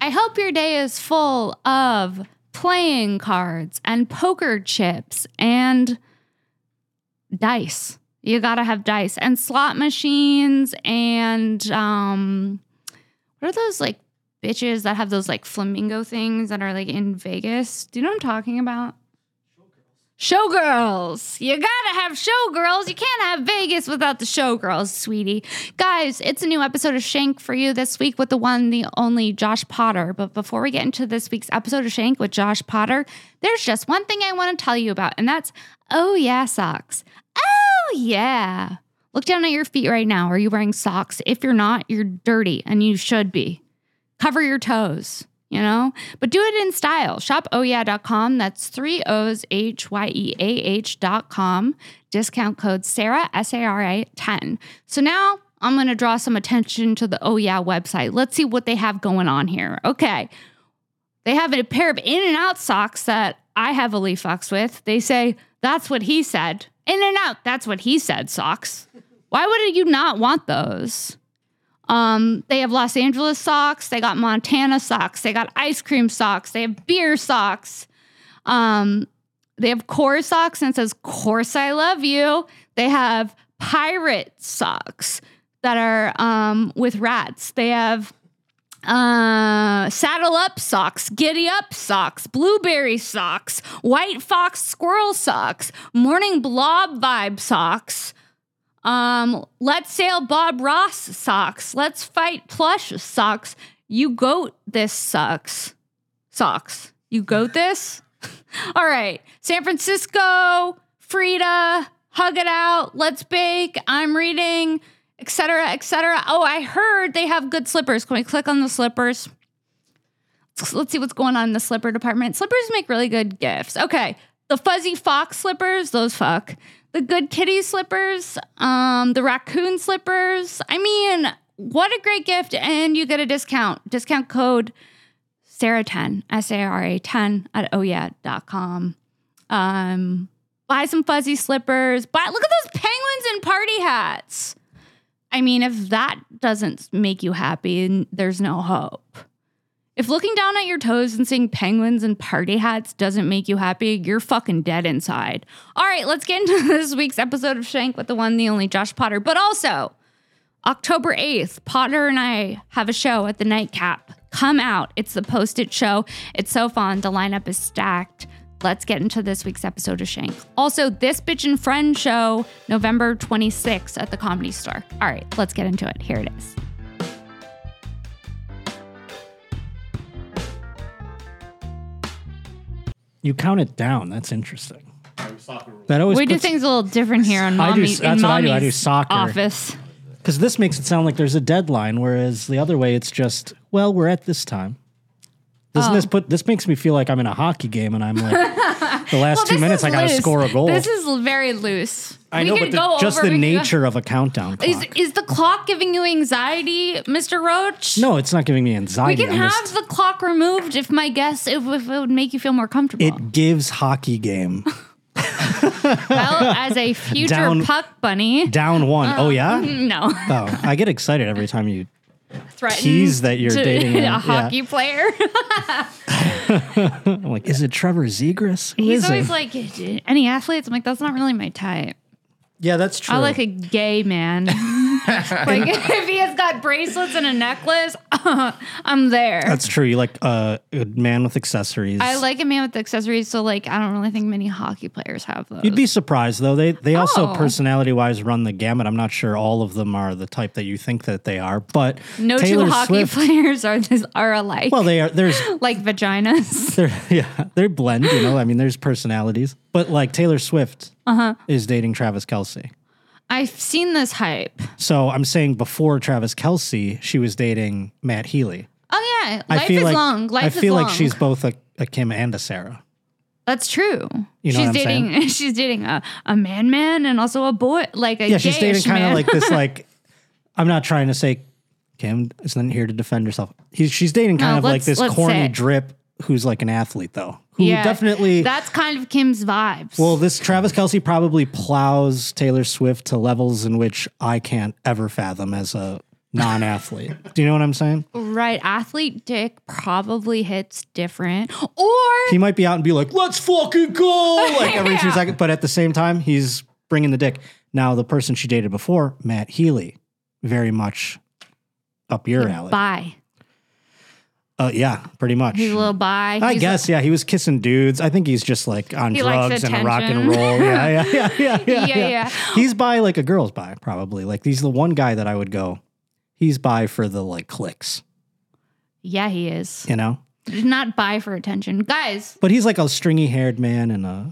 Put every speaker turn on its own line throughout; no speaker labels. I hope your day is full of playing cards and poker chips and dice. You got to have dice and slot machines and um what are those like bitches that have those like flamingo things that are like in Vegas? Do you know what I'm talking about? Showgirls. You gotta have showgirls. You can't have Vegas without the showgirls, sweetie. Guys, it's a new episode of Shank for you this week with the one, the only Josh Potter. But before we get into this week's episode of Shank with Josh Potter, there's just one thing I wanna tell you about, and that's oh yeah, socks. Oh yeah. Look down at your feet right now. Are you wearing socks? If you're not, you're dirty and you should be cover your toes, you know? But do it in style. Shop E ohyeah.com. That's three O's, H Y E A H.com. Discount code Sarah, S A R A 10. So now I'm going to draw some attention to the Oh Yeah website. Let's see what they have going on here. Okay. They have a pair of in and out socks that I heavily fucks with. They say, that's what he said. In and out, that's what he said, socks. Why would you not want those? Um, they have Los Angeles socks. They got Montana socks. They got ice cream socks. They have beer socks. Um, they have core socks and it says, Course I love you. They have pirate socks that are um, with rats. They have uh, saddle up socks, giddy up socks, blueberry socks, white fox squirrel socks, morning blob vibe socks. Um, let's sail Bob Ross socks. Let's fight plush socks. You goat this sucks. Socks. You goat this? All right. San Francisco, Frida, hug it out. Let's bake. I'm reading, etc., etc. Oh, I heard they have good slippers. Can we click on the slippers? Let's see what's going on in the slipper department. Slippers make really good gifts. Okay. The fuzzy fox slippers, those fuck. The good kitty slippers, um, the raccoon slippers. I mean, what a great gift. And you get a discount. Discount code Sarah10, S A R A 10 at E ohyeah.com. Um, buy some fuzzy slippers. Buy, look at those penguins and party hats. I mean, if that doesn't make you happy, n- there's no hope. If looking down at your toes and seeing penguins and party hats doesn't make you happy, you're fucking dead inside. All right, let's get into this week's episode of Shank with the one, the only Josh Potter, but also October 8th, Potter and I have a show at the Nightcap. Come out. It's the post it show. It's so fun. The lineup is stacked. Let's get into this week's episode of Shank. Also, this bitch and friend show, November 26th at the comedy store. All right, let's get into it. Here it is.
You count it down. That's interesting. That always
We do
puts-
things a little different here on
I do-
mommy,
that's
in
what I do. I do
mommy's
soccer.
office.
Because this makes it sound like there's a deadline, whereas the other way it's just, well, we're at this time.
Oh.
Doesn't this put this makes me feel like I'm in a hockey game and I'm like the last
Well,
two
this
minutes
is
I gotta
loose.
score a goal.
This is very loose.
I know, but the- just
over-
the
we could go-
nature of a countdown clock.
Is, is the clock giving you anxiety, Mr. Roach?
no, it's not giving me
We
anxiety.
can
I'm
have
just-
the clock removed if my guess if, if it would make you feel more comfortable.
it gives hockey game
well, as a future
Down-
puck bunny,
down one.
Uh,
oh yeah.
no,
Oh, I get excited every time you.
threatened
tease that you're
Mm. to-
dating
a
a- yeah.
hockey player.
I'm like, is it Trevor Zegras? Who
He's
is
always
it?
like any athletes. I'm like, that's not really my type.
yeah, that's true.
I like a gay man. like if he has got bracelets and a necklace, I'm there.
that's true. You like uh, a man with accessories.
I like a man with accessories, so like I don't really think many hockey players have those.
You'd be surprised though. They they also
Oh.
personality wise run the gamut. I'm not sure all of them are the type that you think that they are, but
no
Taylor
two hockey
Swift.
players are this are alike,
well, they are. There's
like vaginas.
they're yeah they blend. You know, I mean, there's personalities, but like Taylor Swift
Uh-huh.
is dating Travis Kelsey.
I've seen this hype.
So I'm saying before Travis Kelsey, she was dating Matt Healy.
Oh yeah,
I
life
feel
is
like
long. Life
I feel
is long.
like she's both a, a Kim and a Sarah.
that's true.
You
she's
know what I'm
dating she's dating a, a man man and also a boy like a
Yeah, she's dating
gayish
kind of
man.
like this. Like I'm not trying to say Kim is not here to defend herself. He's, she's dating kind
No,
of like
let's-
this
let's
corny
say it.
drip who's like an athlete though, who
Yeah,
definitely.
that's kind of Kim's vibes.
well, this Travis Kelsey probably plows Taylor Swift to levels in which I can't ever fathom as a non athlete. Do you know what I'm saying?
Right. Athlete dick probably hits different. Or
He might be out and be like, let's fucking go. Like every two seconds. But at the same time, he's bringing the dick. Now, the person she dated before, Matt Healy, very much up your alley.
bi.
Uh, yeah, pretty much.
He's a little bi.
I
He's-
guess, yeah, he was kissing dudes. I think he's just like on
He likes
drugs and rock and
attention.
roll. Yeah, yeah, yeah, yeah, yeah,
Yeah, yeah.
He's by like a girl's by probably. Like he's the one guy that I would go. He's by for the like clicks,
Yeah, he is.
you know.
Not bi for attention. Guys,
But he's like a stringy haired man, and uh,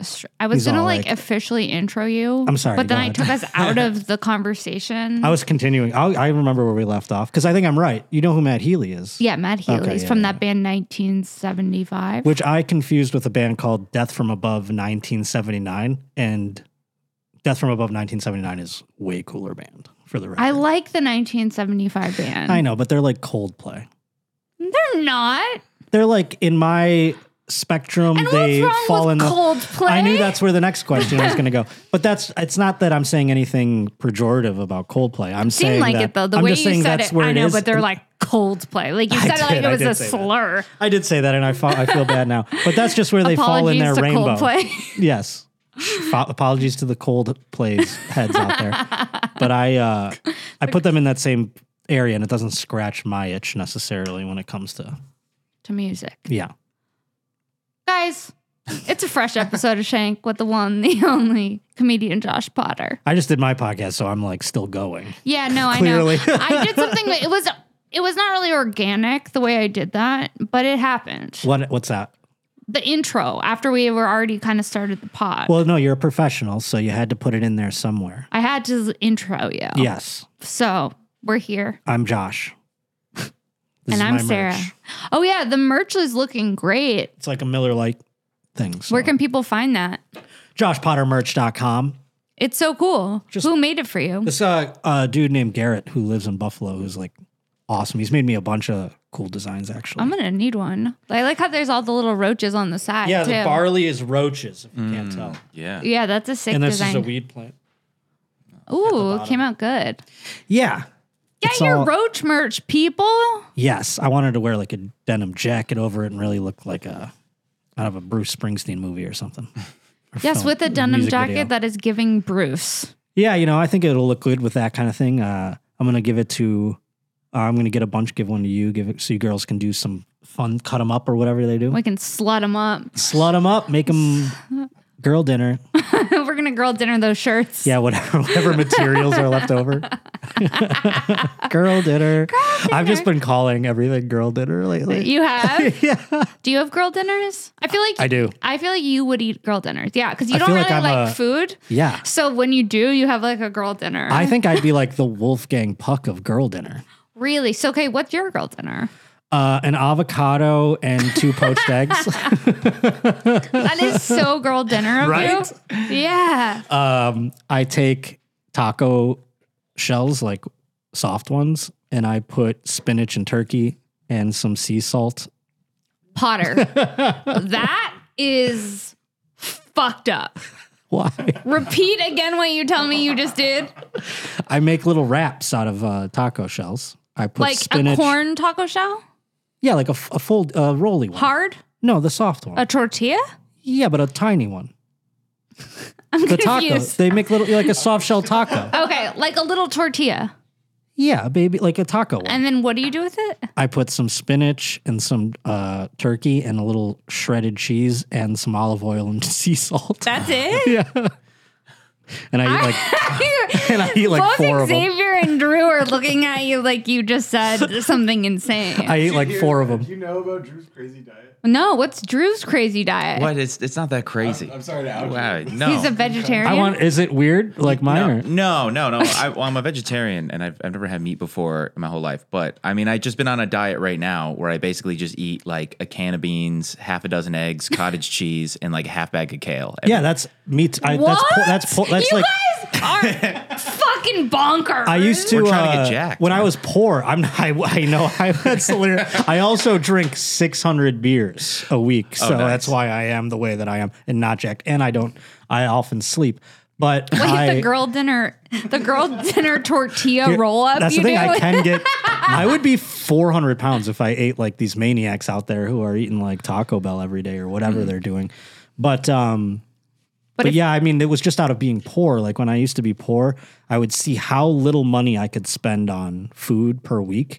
str- I was
He's
going to
all
like,
like-
officially intro you.
I'm sorry,
But then
go
I
ahead.
took us out of the conversation.
I was continuing. I, I remember where we left off because I think I'm right. You know who Matt Healy is,
yeah, Matt Healy's
yeah,
from
yeah.
that band 1975.
which I confused with a band called Death from Above 1979, and Death from Above 1979 is way cooler band for the record.
I like the 1975 band.
I know, but they're like Coldplay.
They're not.
They're like in my spectrum.
And
they
what's wrong
fall
with
in the.
Coldplay?
I knew that's where the next question was going to go, but that's. It's not that I'm saying anything pejorative about Coldplay. I'm
Seemed
saying
like
that,
it though. The
I'm
way
just
you
saying
said
that's
it,
where
I
it
know,
is.
but they're like Coldplay. Like you
I
said it like it
did, I
was
did
a
say that.
slur.
I did say that, and I, fa- I feel bad now. But that's just where they fall in their
Apologies to
rainbow.
Coldplay.
Yes. Fa- apologies to the Coldplay's heads out there, but I uh, I put them in that same area, and it doesn't scratch my itch necessarily when it comes to
to music.
yeah.
Guys, it's a fresh episode of Shank with the one, the only comedian Josh Potter.
I just did my podcast, so I'm like still going.
Yeah, no, I
Clearly.
know. I did something that- it was it was not really organic the way I did that, but it happened.
What what's that?
The intro after we were already kind of started the pod.
Well, no, you're a professional, so you had to put it in there somewhere.
I had to intro you.
Yes,
So we're here.
I'm Josh. This
and
is my
I'm
merch.
Sarah. Oh yeah, the merch is looking great.
It's like a Miller Lite thing. So.
Where can people find that?
JoshPottermerch.com.
It's so cool.
Just-
Who made it for you?
This uh, uh, dude named Garrett who lives in Buffalo who's like awesome. He's made me a bunch of cool designs actually.
I'm gonna need one. I like how there's all the little roaches on the side.
yeah, the
too.
barley is roaches. If you can't tell,
Yeah.
Yeah, that's a sick
and this
design.
is a weed plant.
Ooh, it came out good.
Yeah.
Get
It's
your
all-
roach merch, people.
Yes, I wanted to wear like a denim jacket over it and really look like a out of a Bruce Springsteen movie or something. Or
Yes,
film-
with a denim
music
jacket
video.
that is giving Bruce.
Yeah, you know, I think it'll look good with that kind of thing. Uh, I'm gonna give it to. Uh, I'm gonna get a bunch, give one to you, give it so you girls can do some fun, cut them up or whatever they do.
We can slut them up.
Slut them up, make them girl dinner.
We're gonna girl dinner those shirts.
Yeah, whatever, whatever materials are left over. girl dinner. I've just been calling everything girl dinner lately.
You have?
yeah,
do you have girl dinners? I feel like
I do.
I feel like you would eat girl dinners. Yeah, because you
I
don't
feel
really
like
like,
I'm a-
food.
Yeah.
So when you do, you have like a girl dinner.
I think I'd be like the Wolfgang Puck of girl dinner.
really. So okay, what's your girl dinner?
Uh, an avocado and two poached eggs.
That is so girl dinner of
Right?
you. Yeah.
Um, I take taco shells, like soft ones, and I put spinach and turkey and some sea salt.
Potter. that is fucked up.
Why?
Repeat again what you tell me you just did.
I make little wraps out of uh, taco shells. I put
Like
spinach.
a corn taco shell?
Yeah, like a, f- a fold, uh, rolly one.
Hard?
No, the soft one.
A tortilla?
yeah, but a tiny one.
I'm
The taco.
confused.
They make little, like a soft shell taco.
Okay, like a little tortilla.
Yeah, baby, like a taco one.
And then what do you do with it?
I put some spinach and some uh, turkey and a little shredded cheese and some olive oil and sea salt.
That's it?
yeah. And I eat like and I eat like
Both
four of them.
Xavier and Drew are looking at you like you just said something insane.
I eat like four of
Do
them.
you know about Drew's crazy diet?
no, what's Drew's crazy diet?
What? It's it's not that crazy.
I'm sorry to out you.
Wow. No.
He's a vegetarian.
I want. Is it weird? Like mine?
no,
Or?
no, no, no. I, well, I'm a vegetarian, and I've, I've never had meat before in my whole life. But I mean, I just been on a diet right now where I basically just eat like a can of beans, half a dozen eggs, cottage cheese, and like a half bag of kale.
Yeah, that's meat. I,
what?
That's po- that's po- that's
you
like.
guys are fucking bonkers.
I used to.
We're trying to get
uh,
jacked,
when I
man.
was poor, I'm. I, I know. I, that's hilarious. I also drink 600 beers a week, so
Oh, nice.
that's why I am the way that I am, and not jacked. And I don't. I often sleep. But
Wait,
I,
the girl dinner, the girl dinner tortilla
Yeah,
roll up.
That's
you
the thing.
do.
I can get. I would be 400 pounds if I ate like these maniacs out there who are eating like Taco Bell every day or whatever they're doing. But um, but,
Mm-hmm. if-
yeah, I mean, it was just out of being poor. Like when I used to be poor, I would see how little money I could spend on food per week,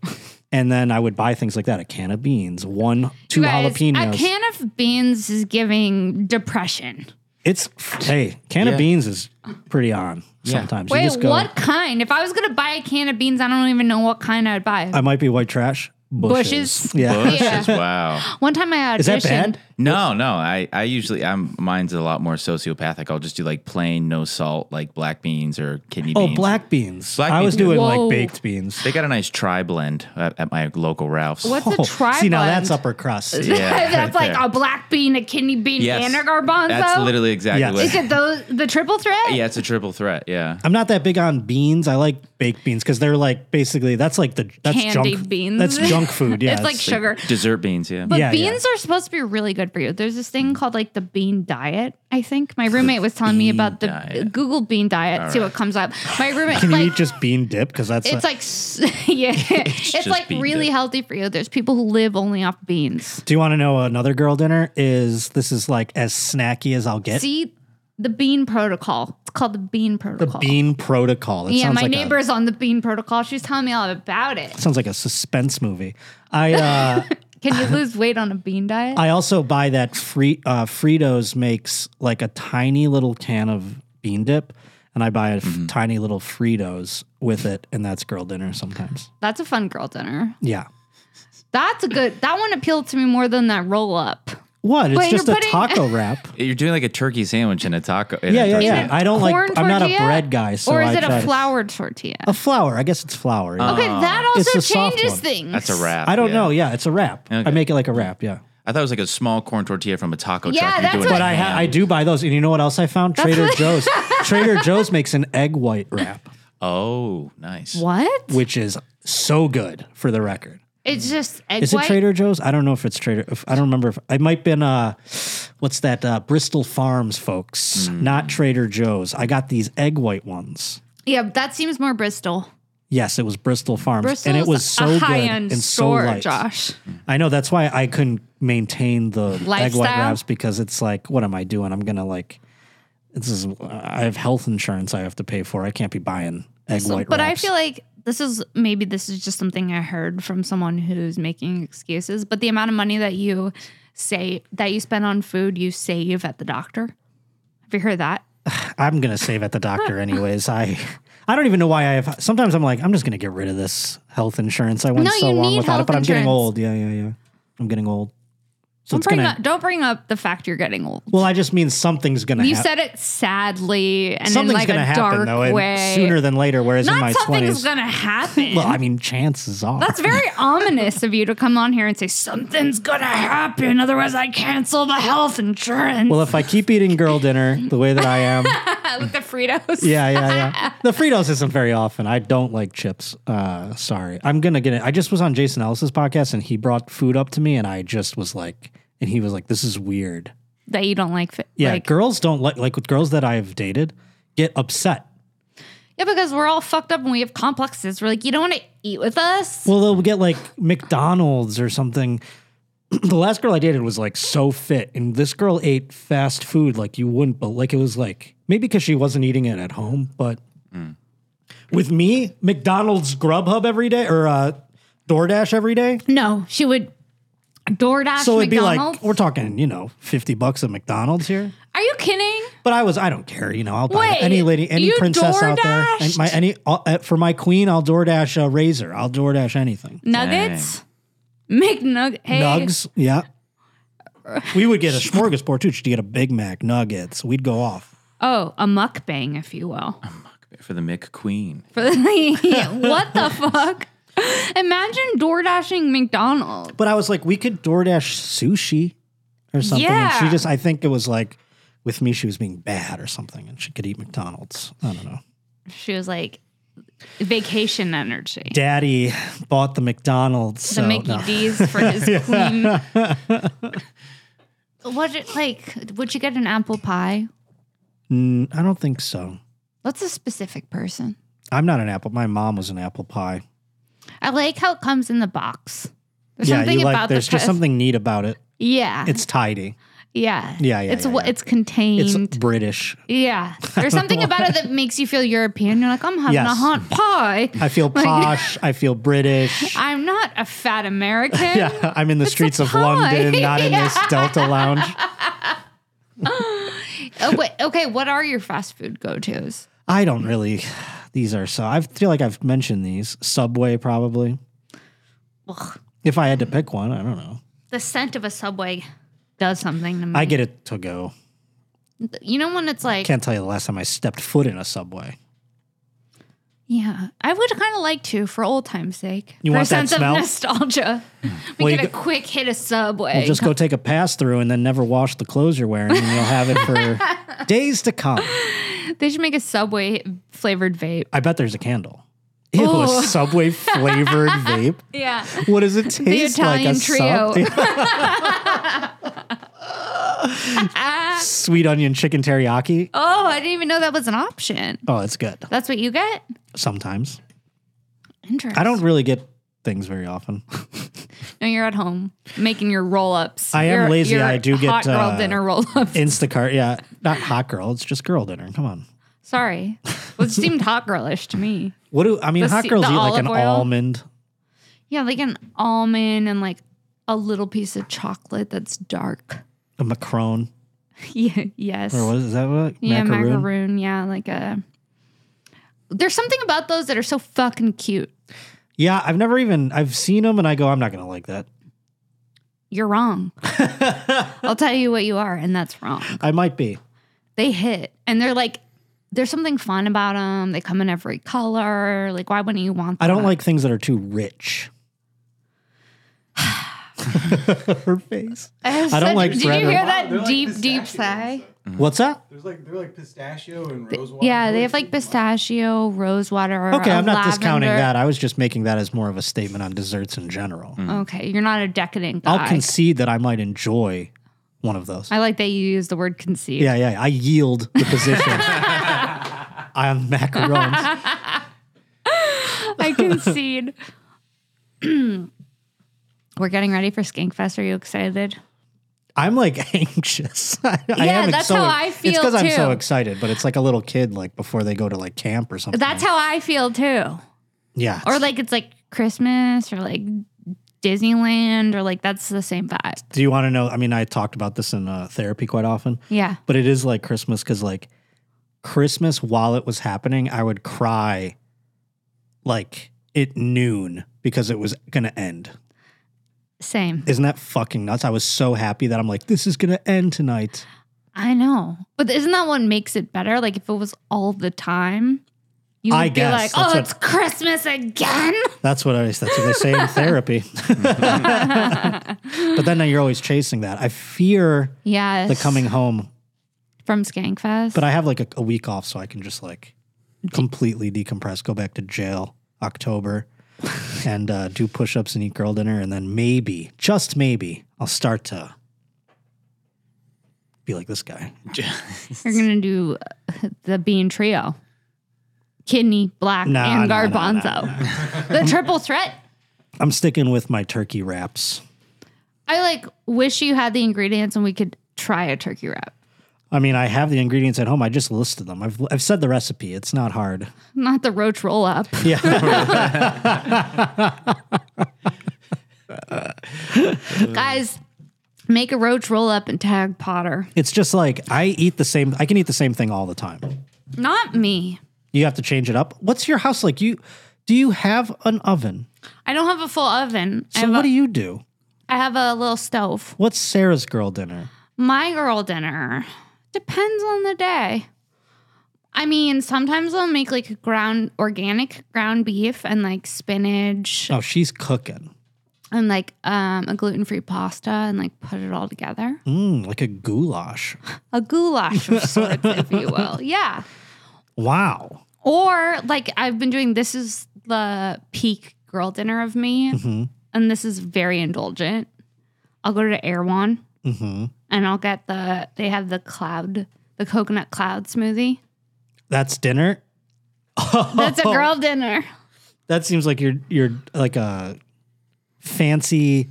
and then I would buy things like that: a can of beans, one, two
You guys,
jalapenos.
A can of beans is giving depression.
it's hey, can
Yeah.
of beans is pretty on sometimes. You
Wait,
just go,
what kind? If I was gonna buy a can of beans, I don't even know what kind I'd buy.
I might be white trash. Bushes.
Bushes.
Yeah.
Bushes, wow.
One time I auditioned.
Is that bad?
No, no. I, I usually I'm mine's a lot more sociopathic. I'll just do like plain, no salt, like black beans or kidney
Oh,
beans.
black beans.
Black
I was
beans.
doing
Whoa.
like baked beans.
They got a nice tri blend at, at my local Ralph's.
What's a tri
Oh, See, now that's upper crust.
Yeah,
that's
right
like
there.
a black bean, a kidney bean,
Yes.
and a garbanzo.
That's literally exactly
Yes.
what
Is it those the triple threat?
Yeah, it's a triple threat. Yeah.
I'm not that big on beans. I like baked beans because they're like basically that's like the that's
Candied
junk
beans.
That's junk food. Yeah,
It's like sugar.
Dessert beans, yeah.
But
Yeah,
beans are supposed to be really good for you. There's this thing called like the bean diet. I think my roommate was telling me
bean
about the
diet.
Google bean diet. see
right.
what comes up. My roommate
Can
like,
you eat just bean dip? Because that's uh,
it's
a-
like s- yeah, it's,
just
like
bean
really
dip.
healthy for you. There's people who live only off beans.
Do you want to know another girl dinner? Is this is like as snacky as I'll get?
See the bean protocol. It's called the bean
the
protocol.
bean protocol. It
yeah,
sounds
my
like a-
neighbor's on the bean protocol. She's telling me all about it.
sounds like a suspense movie. I uh,
Can you lose weight on a bean diet?
I also buy that free uh, Fritos makes like a tiny little can of bean dip, and I buy a f-
Mm-hmm.
tiny little Fritos with it, and that's girl dinner sometimes.
That's a fun girl dinner.
Yeah.
That's a good. That one appealed to me more than that roll up.
What? It's
Wait,
just
you're
a
putting-
taco wrap.
You're doing like a turkey sandwich and a taco. and
yeah,
a
yeah,
turkey
yeah.
sandwich.
I don't like.
Corn
I'm not a
tortilla?
bread guy, so
or is
I
it
try
a
to-
flour tortilla?
A flour. I guess it's flour. yeah.
okay, that also
It's a soft
changes
one.
things.
Uh, That's a wrap.
I don't
yeah.
know. Yeah, it's a wrap. I
Okay.
make it like a wrap. Yeah,
I thought it was like a small corn tortilla from a taco
Yeah,
truck. You're
that's
doing
what-
but I ha- I do buy those. And you know what else I found? Trader Joe's. Trader Joe's makes an egg white wrap,
Oh, nice.
What?
which is so good. For the record.
It's just egg
Is
white.
it Trader Joe's? I don't know if it's Trader. If, I don't remember. If, it might been uh, what's that? Uh, Bristol Farms, folks, not Trader Joe's. I got these egg white ones.
yeah, that seems more Bristol.
Yes, it was Bristol Farms,
Bristol
and it was so
a
good
high end
and
store,
so light.
Josh.
I know that's why I couldn't maintain the egg white
Lifestyle?
wraps because it's like, what am I doing? I'm gonna like this is. I have health insurance I have to pay for. I can't be buying egg white
but I
wraps.
feel like this is maybe this is just something I heard from someone who's making excuses. But the amount of money that you say that you spend on food, you save at the doctor. Have you heard that?
I'm gonna save at the doctor anyways. I I don't even know why I have. Sometimes I'm like, I'm just gonna get rid of this health insurance. I went
No,
so
you
long
need
without it,
health
but I'm getting
insurance.
old. Yeah, yeah, yeah. I'm getting old. So
Don't
it's
bring
gonna.
up don't bring up the fact you're getting old.
well, I just mean something's gonna.
You
hap-
said it sadly and in
something's
like
gonna
a
happen
dark
though, and
way.
sooner than later. Whereas in
Not
my
something's
twenties,
gonna happen.
well, I mean, chances are
That's very ominous of you to come on here and say something's gonna happen, otherwise I cancel the health insurance.
Well, if I keep eating girl dinner the way that I am,
With the Fritos.
yeah, yeah, yeah. The Fritos isn't very often. I don't like chips. Uh, sorry. I'm gonna get it. I just was on Jason Ellis's podcast and he brought food up to me and I just was like, and he was like, "This is weird."
That you don't like fit.
Yeah,
Like,
girls don't like like with girls that I've dated get upset.
yeah, because we're all fucked up and we have complexes. We're like, you don't wanna eat with us?
Well, they'll get like McDonald's or something. the last girl I dated was like so fit, and this girl ate fast food like you wouldn't, but like it was like maybe because she wasn't eating it at home, but with me, McDonald's Grubhub every day or uh, DoorDash every day.
no, she would DoorDash
So it'd
McDonald's.
be like we're talking, you know, fifty bucks at McDonald's here.
Are you kidding?
But I was, I don't care, you know. I'll buy
Wait,
any lady, any
you
princess out there,
DoorDashed?
and my any uh, uh, for my queen. I'll DoorDash a razor. I'll DoorDash anything.
Nuggets? McNugget. Hey.
Nugs, yeah. We would get a smorgasbord too. She'd get a Big Mac, nuggets. We'd go off.
Oh, a mukbang, if you will.
For the Mick Queen.
For the, what the fuck? Imagine door dashing McDonald's.
But I was like, we could DoorDash sushi or something. And
Yeah.
she just, I think it was like, with me, she was being bad or something, and she could eat McDonald's. I don't know.
She was like vacation energy.
Daddy bought the McDonald's.
the
so-
Mickey
no.
D's for his queen. What like? Would you get an apple pie?
Mm, I don't think so.
What's a specific person?
I'm not an apple. My mom was an apple pie.
I like how it comes in the box. There's
yeah,
something
you like.
about
There's
the
just
pe-
something neat about it.
Yeah,
It's tidy.
yeah,
Yeah, yeah,
It's
yeah,
what
yeah.
it's contained.
It's British.
yeah, there's something about it that makes you feel European. You're like, I'm having a
Yes.
hot pie.
I feel posh. I feel British.
I'm not a fat American.
yeah, I'm in the streets of
pie.
London, not in this Delta lounge.
Oh, wait, okay, what are your fast food go tos?
I don't really. These are so. I feel like I've mentioned these. Subway probably. If I had to pick one, I don't know.
The scent of a subway does something to me.
I get it to go.
you know when it's like,
Can't tell you the last time I stepped foot in a subway.
yeah, I would kind of like to for old time's sake.
You
for
want
a
that
sense
smell? Hmm.
of nostalgia. We
Well, you
get a
go-
quick hit of subway.
Just go take a pass through and then never wash the clothes you're wearing, and you'll have it for days to come.
They should make a subway flavored vape.
I bet there's a candle. Ew, a
Ooh.
subway flavored vape.
Yeah.
What does it taste
Italian
like? A sub? Sweet onion chicken teriyaki.
Oh, I didn't even know that was an option.
Oh, it's good.
That's what you get?
Sometimes
Interesting.
I don't really get things very often.
No, you're at home making your roll ups.
I am
your,
lazy.
Your
I do get,
hot girl
uh,
dinner roll ups.
Instacart, yeah, not hot girl. It's just girl dinner. Come on.
Sorry, well, it seemed hot girlish to me.
What do I mean?
The
hot
se-
girls
the
eat like an
olive oil?
almond.
Yeah, like an almond and like a little piece of chocolate that's dark.
A macaron,
Yeah. Yes.
or what is that? What
yeah,
macaroon?
macaroon. Yeah, like a. There's something about those that are so fucking cute.
Yeah, I've never even I've seen them, and I go, I'm not gonna like that.
You're wrong. I'll tell you what you are, and that's wrong.
I might be.
They hit, and they're like, there's something fun about them. They come in every color. Like, why wouldn't you want?
I
That?
don't like things that are too rich. Her face.
I
I don't like
Did
bread
you
or-
hear
Wow,
that
they're like
deep, deep
pistachios.
sigh?
What's that?
There's like they're like pistachio and rose water.
Yeah, they have like pistachio, rosewater.
Okay,
a
I'm not discounting
lavender.
that. I was just making that as more of a statement on desserts in general.
Okay, you're not a decadent guy.
I'll concede that I might enjoy one of those.
I like that you use the word conceive.
yeah, yeah. I yield the position on macarons.
I concede. We're getting ready for Skankfest. Are you excited?
I'm like anxious. I, I
Yeah,
am
that's
so,
how I
It's
feel,
because I'm so
too.
excited, but it's like a little kid, like before they go to like camp or something.
That's how I feel too.
yeah.
Or like it's like Christmas or like Disneyland or like that's the same vibe.
Do you want to know? I mean, I talked about this in uh, therapy quite often.
Yeah.
but it is like Christmas because like Christmas while it was happening, I would cry like at noon because it was gonna end.
Same.
Isn't that fucking nuts? I was so happy that I'm like, this is gonna end tonight.
I know. But isn't that what makes it better? Like if it was all the time, you would
I
be
guess.
like,
That's
oh,
what-
it's Christmas again.
That's what I that's what they say in therapy. but then you're always chasing that. I fear
Yes.
the coming home,
from Skankfest.
but I have like a, a week off so I can just like completely decompress, go back to jail October. and uh, do push-ups and eat girl dinner, and then maybe, just maybe, I'll start to be like this guy.
You're gonna do uh, the bean trio, kidney black
No,
and
no, no, no,
garbanzo, the triple threat.
I'm sticking with my turkey wraps.
I like wish you had the ingredients and we could try a turkey wrap.
I mean, I have the ingredients at home. I just listed them. I've I've said the recipe. It's not hard.
Not the roach roll up.
Yeah,
Guys, make a roach roll up and tag Potter.
it's just like I eat the same. I can eat the same thing all the time.
Not me.
You have to change it up. What's your house like? You do you have an oven?
I don't have a full oven. I,
So
have
what
a,
do you do?
I have a little stove.
What's Sarah's girl dinner?
My girl dinner depends on the day. I mean, sometimes I'll make like ground organic ground beef and like spinach
Oh, she's cooking.
and like um, a gluten free pasta and like put it all together.
Mm, like a goulash.
A goulash of sorts, if you will. Yeah.
Wow.
Or like I've been doing this is the peak girl dinner of me. And this is very indulgent. I'll go to Erewhon
Mm-hmm.
and I'll get the, they have the cloud the coconut cloud smoothie.
That's dinner.
That's
Oh.
a girl dinner.
That seems like you're you're like a fancy,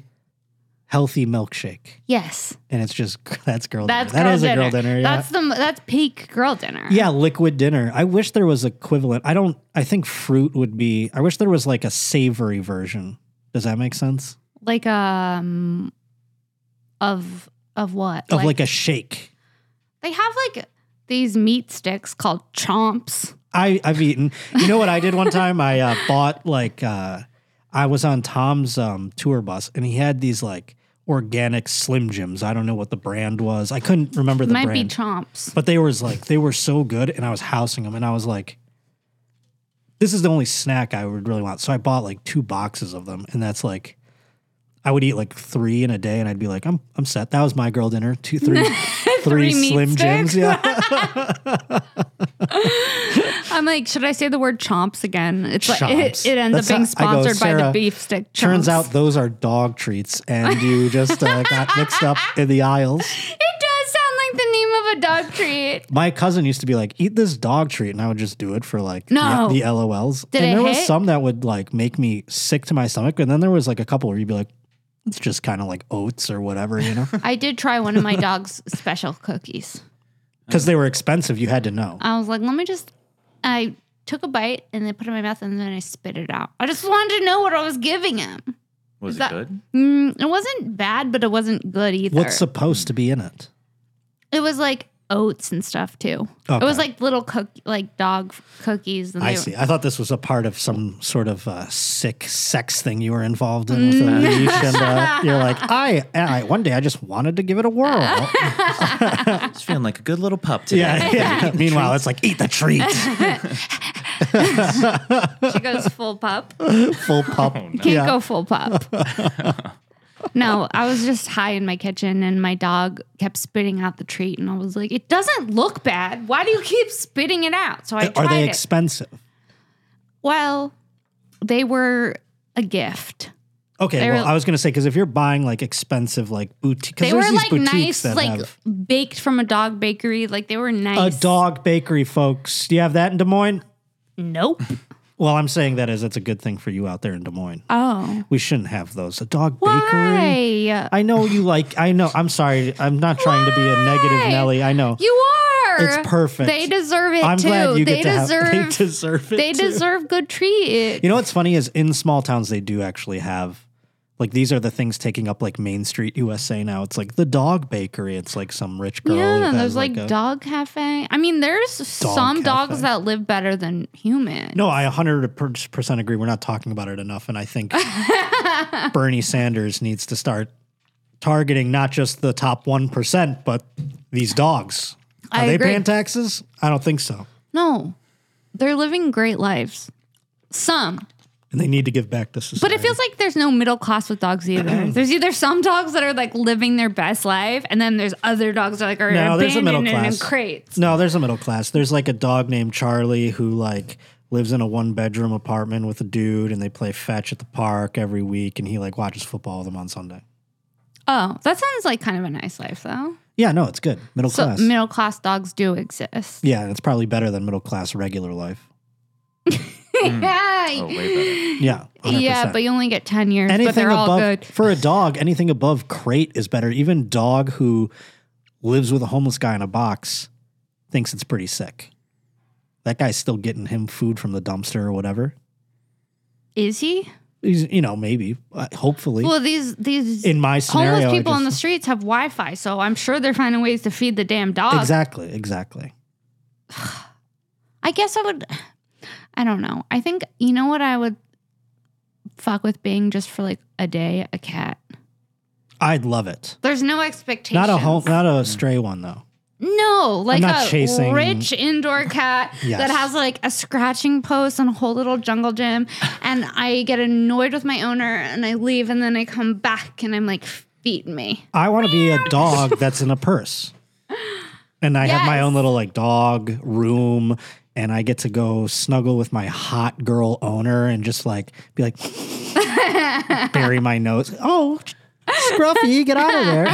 healthy milkshake,
Yes,
and it's just that's girl.
that's
dinner.
girl
That is
dinner.
a girl dinner. Yeah.
That's the that's peak girl dinner.
yeah, liquid dinner. I wish there was equivalent. I don't. I think fruit would be. I wish there was like a savory version. Does that make sense?
like um, of of what?
Of like a shake.
they have like these meat sticks called chomps.
I, I've eaten. You know what I did one time? I uh, bought like uh, I was on Tom's um, tour bus, and he had these like organic Slim Jims. I don't know what the brand was. I couldn't remember the
Might
brand,
be chomps.
but they was like they were so good, and I was housing them, and I was like, this is the only snack I would really want. So I bought like two boxes of them, and that's like. I would eat like three in a day, and I'd be like, "I'm I'm set." That was my girl dinner. Two, three, three
Three meat
Slim
sticks.
Jims. Yeah,
I'm like, should I say the word chomps again? It's like it,
Chomps.
it ends
That's
up being
how- I go,
sponsored by the
"Sarah,
beef stick. Chomps.
Turns out those are dog treats, and you just uh, got mixed up in the aisles.
it does sound like the name of a dog treat.
My cousin used to be like, "Eat this dog treat," and I would just do it for like the-
No.
the, LOLs.
Did
and
it
there
hit?
was some that would like make me sick to my stomach, and then there was like a couple where you'd be like, "It's just kind of like oats or whatever," you know,
I did try one of my dog's special cookies.
because they were expensive. You had to know.
I was like, let me just. I took a bite and then put it in my mouth and then I spit it out. I just wanted to know what I was giving him. Is
Was it
that-
good?
Mm, it wasn't bad, but it wasn't good either.
What's supposed to be in it?
it was like oats and stuff too. It
Okay.
was like little cook, like dog cookies. And
I
they-
see. I thought this was a part of some sort of uh, sick sex thing you were involved in with a
Mm.
leash, and uh, you're like, I, I. One day, I just wanted to give it a whirl.
Just feeling like a good little pup today.
Yeah. yeah. Meanwhile, it's like eat the treat,
She goes full pup.
full
Oh,
pup.
Can't
Yeah.
go full pup. no, I was just high in my kitchen and my dog kept spitting out the treat, and I was like, "It doesn't look bad. Why do you keep spitting it out?" So I tried
Are they
it.
expensive?
well, they were a gift.
Okay,
They
well,
were-
I was gonna say because if you're buying like expensive like boutique, because
They were
there's these
like
boutiques
nice,
that
like
have
baked from a dog bakery. Like they were
a
nice.
dog bakery, folks. Do you have that in Des Moines?
Nope.
Well, I'm saying that as it's a good thing for you out there in Des Moines.
Oh,
We shouldn't have those. A dog bakery.
why?
I know you like. I know. I'm sorry. I'm not trying to be a negative
Why?
Nelly. I know.
You are.
It's perfect.
They deserve it
I'm
too.
glad you
they
get to
deserve.
have. They deserve it.
they
too.
deserve good treat.
You know what's funny is in small towns they do actually have like these are the things taking up like Main Street USA now. It's like the dog bakery. It's like some rich girl.
Yeah,
that
there's
has,
like,
a-
dog cafe. I mean, there's some dogs
cafe.
that live better than human.
no, I 100% agree. We're not talking about it enough, and I think Bernie Sanders needs to start targeting not just the top one percent, but these dogs. Are
I
they
agree.
paying taxes? I don't think so,
No. They're living great lives. Some.
and they need to give back to
But
society.
it feels like there's no middle class with dogs either. there's either some dogs that are like living their best life, and then there's other dogs that like are
No, there's a middle
abandoned and in
class.
crates.
No, there's a middle class. There's like a dog named Charlie who like lives in a one bedroom apartment with a dude and they play fetch at the park every week and he like watches football with them on Sunday.
Oh, that sounds like kind of a nice life though.
Yeah, no, it's good. Middle
So
class.
middle class dogs do exist.
yeah, it's probably better than middle class regular life.
yeah.
Oh, way
Yeah. 100%.
Yeah, but you only get 10 years, but
anything
they're all
above
good.
for a dog, anything above crate is better. Even dog who lives with a homeless guy in a box thinks it's pretty sick. That guy's still getting him food from the dumpster or whatever.
Is he?
He's, you know, maybe, uh, hopefully.
Well, these these
in my scenario,
homeless people
I
on the
just-
streets have Wi-Fi, so I'm sure they're finding ways to feed the damn dog.
exactly, exactly.
I guess I would. I don't know. I think you know what I would fuck with being just for like a day a cat.
I'd love it.
There's no expectations.
Not a home, not a stray one though.
No, like
not
a
chasing-
rich indoor cat
Yes.
that has like a scratching post and a whole little jungle gym. And I get annoyed with my owner and I leave and then I come back and I'm like, feed me.
I want to be a dog that's in a purse, and I have my
Yes.
own little like dog room, and I get to go snuggle with my hot girl owner and just like be like bury my nose. Oh, Scruffy, get out of there!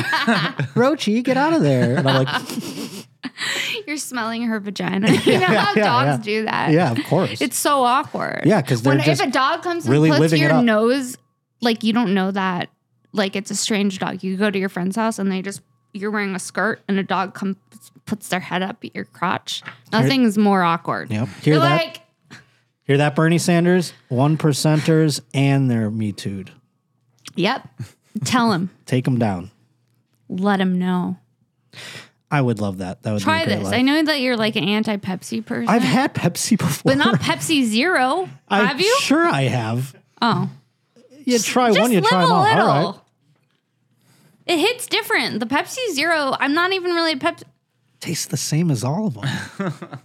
Roachy, get out of there! And I'm like,
smelling her vagina. You know how
yeah,
dogs
yeah.
do that.
Yeah, of course.
It's so awkward.
Yeah, 'cause they're
When-
just
if a dog comes and
really
puts
living it
your
up.
nose, like you don't know that, like it's a strange dog. You go to your friend's house and they just you're wearing a skirt and a dog comes puts their head up your crotch. Nothing's more awkward.
yep.
You're
Hear that?
like,
Hear that, Bernie Sanders? One percenters and their Me too
yep. Tell him.
Take them down.
Let him know.
I would love that. That would
Try
be a great
this.
life.
I know that you're like an anti-Pepsi person,
I've had Pepsi before.
but not Pepsi Zero.
I'm
Have you?
Sure, I have.
Oh.
You try
Just
one, you
live
try
a
them all.
little.
All right.
It hits different. The Pepsi Zero, I'm not even really a Pepsi.
Tastes the same as all of them.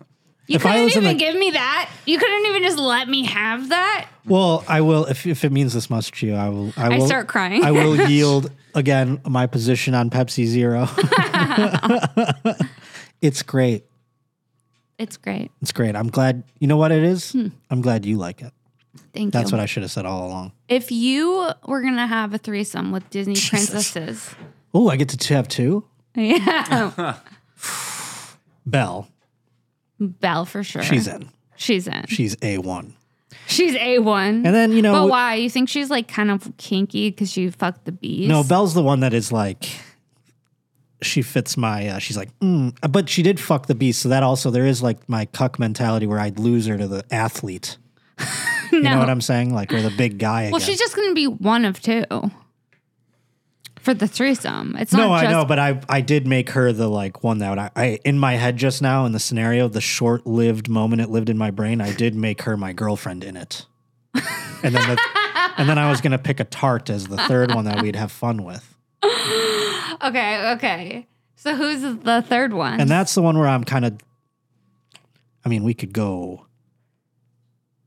You
If I
couldn't
was in
even
the-
give me that. You couldn't even just let me have that.
Well, I will if, if it means this much to you. I will. I,
I
will,
start crying.
I will yield again my position on Pepsi Zero. it's great.
It's great.
It's great. I'm glad. You know what it is.
Hmm.
I'm glad you like it.
Thank
That's
you.
what I should have said all along.
if you were gonna have a threesome with Disney princesses,
Oh, I get to t- have two.
yeah,
Belle,
Belle for sure.
she's in.
She's in.
She's a one.
She's a one.
And then you know,
but
w-
why? You think she's like kind of kinky because she fucked the beast?
no, Belle's the one that is like. She fits my. Uh, she's like, mm. but she did fuck the beast. So that also there is like my cuck mentality where I'd lose her to the athlete. You know what I'm saying? Like, or the big guy.
well,
again.
she's just gonna be one of two for the threesome. It's
No,
not
I
just
know, but I I did make her the like one that I, I in my head just now in the scenario, the short lived moment it lived in my brain, I did make her my girlfriend in it. And then the, and then I was gonna pick a tart as the third one that we'd have fun with.
okay. Okay, so who's the third one?
And that's the one where I'm kind of I mean, we could go.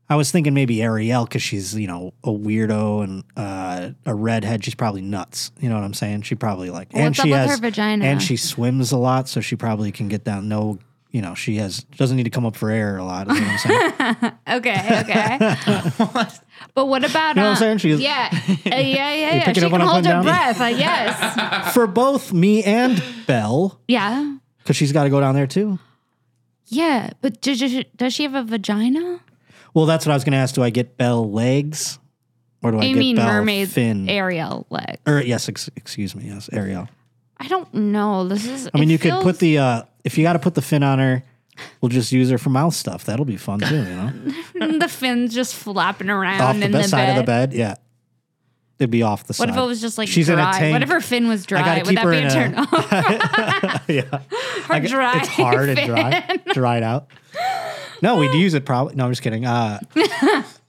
I was thinking maybe Ariel because she's, you know, a weirdo and uh, a redhead. She's probably nuts. You know what I'm saying? She probably like and
What's
she
up with
has
her vagina?
and she swims a lot, so she probably can get down. No, you know, she has doesn't need to come up for air a lot. Is what I'm saying.
Okay, okay. but what about?
You know what I'm
uh,
saying? She's-
yeah, uh, yeah, yeah, yeah. She
picking up
can
what I'm
hold her
putting down?
breath. Uh, yes.
for both me and Belle,
Yeah,
because she's got to go down there too.
yeah. But does she, does she have a vagina?
Well, that's what I was going to ask. Do I get Belle legs, or do I
I
get
mean,
Belle
mermaid
fin?
Ariel leg.
or yes, ex- excuse me, yes, Ariel.
I don't know. This is.
I mean,
it
you could put
feels-
the uh, if you got to put the fin on her, we'll just use her for mouth stuff. That'll be fun too. You know,
the fins just flapping around
off the
in
best
the
side
bed.
of the bed. Yeah, it'd be off the
What
side.
if it was just like
She's in a
dry? What
tank.
if her fin was dry?
gotta
Would
keep
that
her
be
in
a
a-
turn off?
yeah.
Her dry.
It's hard and
fin.
dry, dried out. No, we'd use it probably. No, I'm just kidding. Uh,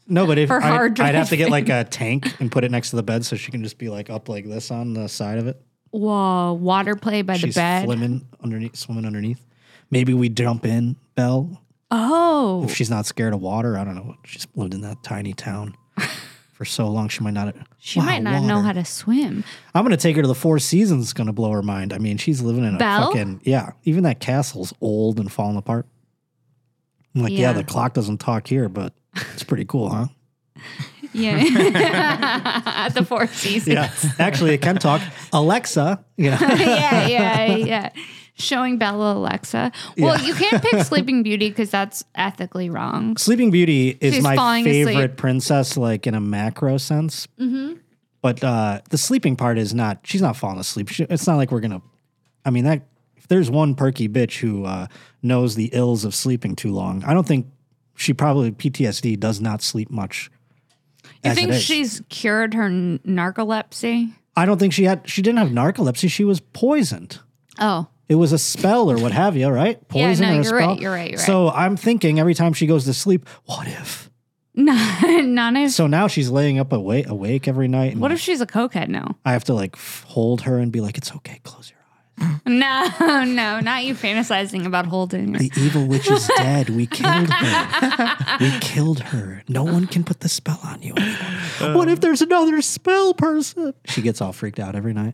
no, but if
For
I,
hard
would
dry
have to get like a tank and put it next to the bed so she can just be like up like this on the side of it.
Whoa! Water play by
She's
the bed.
swimming underneath, swimming underneath. Maybe we jump in, Belle.
Oh,
If she's not scared of water, I don't know. She's lived in that tiny town for so long. She might not.
she
Wow,
might not know
water.
how to swim.
I'm gonna take her to the Four Seasons. It's gonna blow her mind. I mean, she's living in a
Belle?
fucking yeah. Even that castle's old and falling apart. I'm like, yeah.
Yeah.
the clock doesn't talk here, but it's pretty cool, huh?
Yeah. At the Four Seasons. Yeah.
Yeah, actually, it can talk. Alexa, you know,
yeah, yeah, Showing Bella Alexa. Well, you can't pick Sleeping Beauty because that's ethically wrong.
Sleeping Beauty is
She's
my
falling
favorite
asleep.
princess, like in a macro sense. Mm-hmm. But uh, the sleeping part is not. She's not falling asleep. She, it's not like we're gonna. I mean, that if there's one perky bitch who uh, knows the ills of sleeping too long, I don't think she probably PTSD does not sleep much.
You
as it
think
is.
she's cured her n- narcolepsy?
I don't think she had. She didn't have narcolepsy. She was poisoned.
Oh,
It was a spell or what have you, right?
Yeah,
Poison
no,
or a
you're right,
spell.
you're right, you're right.
So I'm thinking every time she goes to sleep, what if?
not, not if.
So now she's laying up awake, awake every night. And
What if she's a cokehead now?
I have to like f- hold her and be like, it's okay, close your eyes.
No, no, not you fantasizing about holding her.
The evil witch is dead. We killed her. we killed her. No one can put the spell on you anymore. what if there's another spell person? She gets all freaked out every night.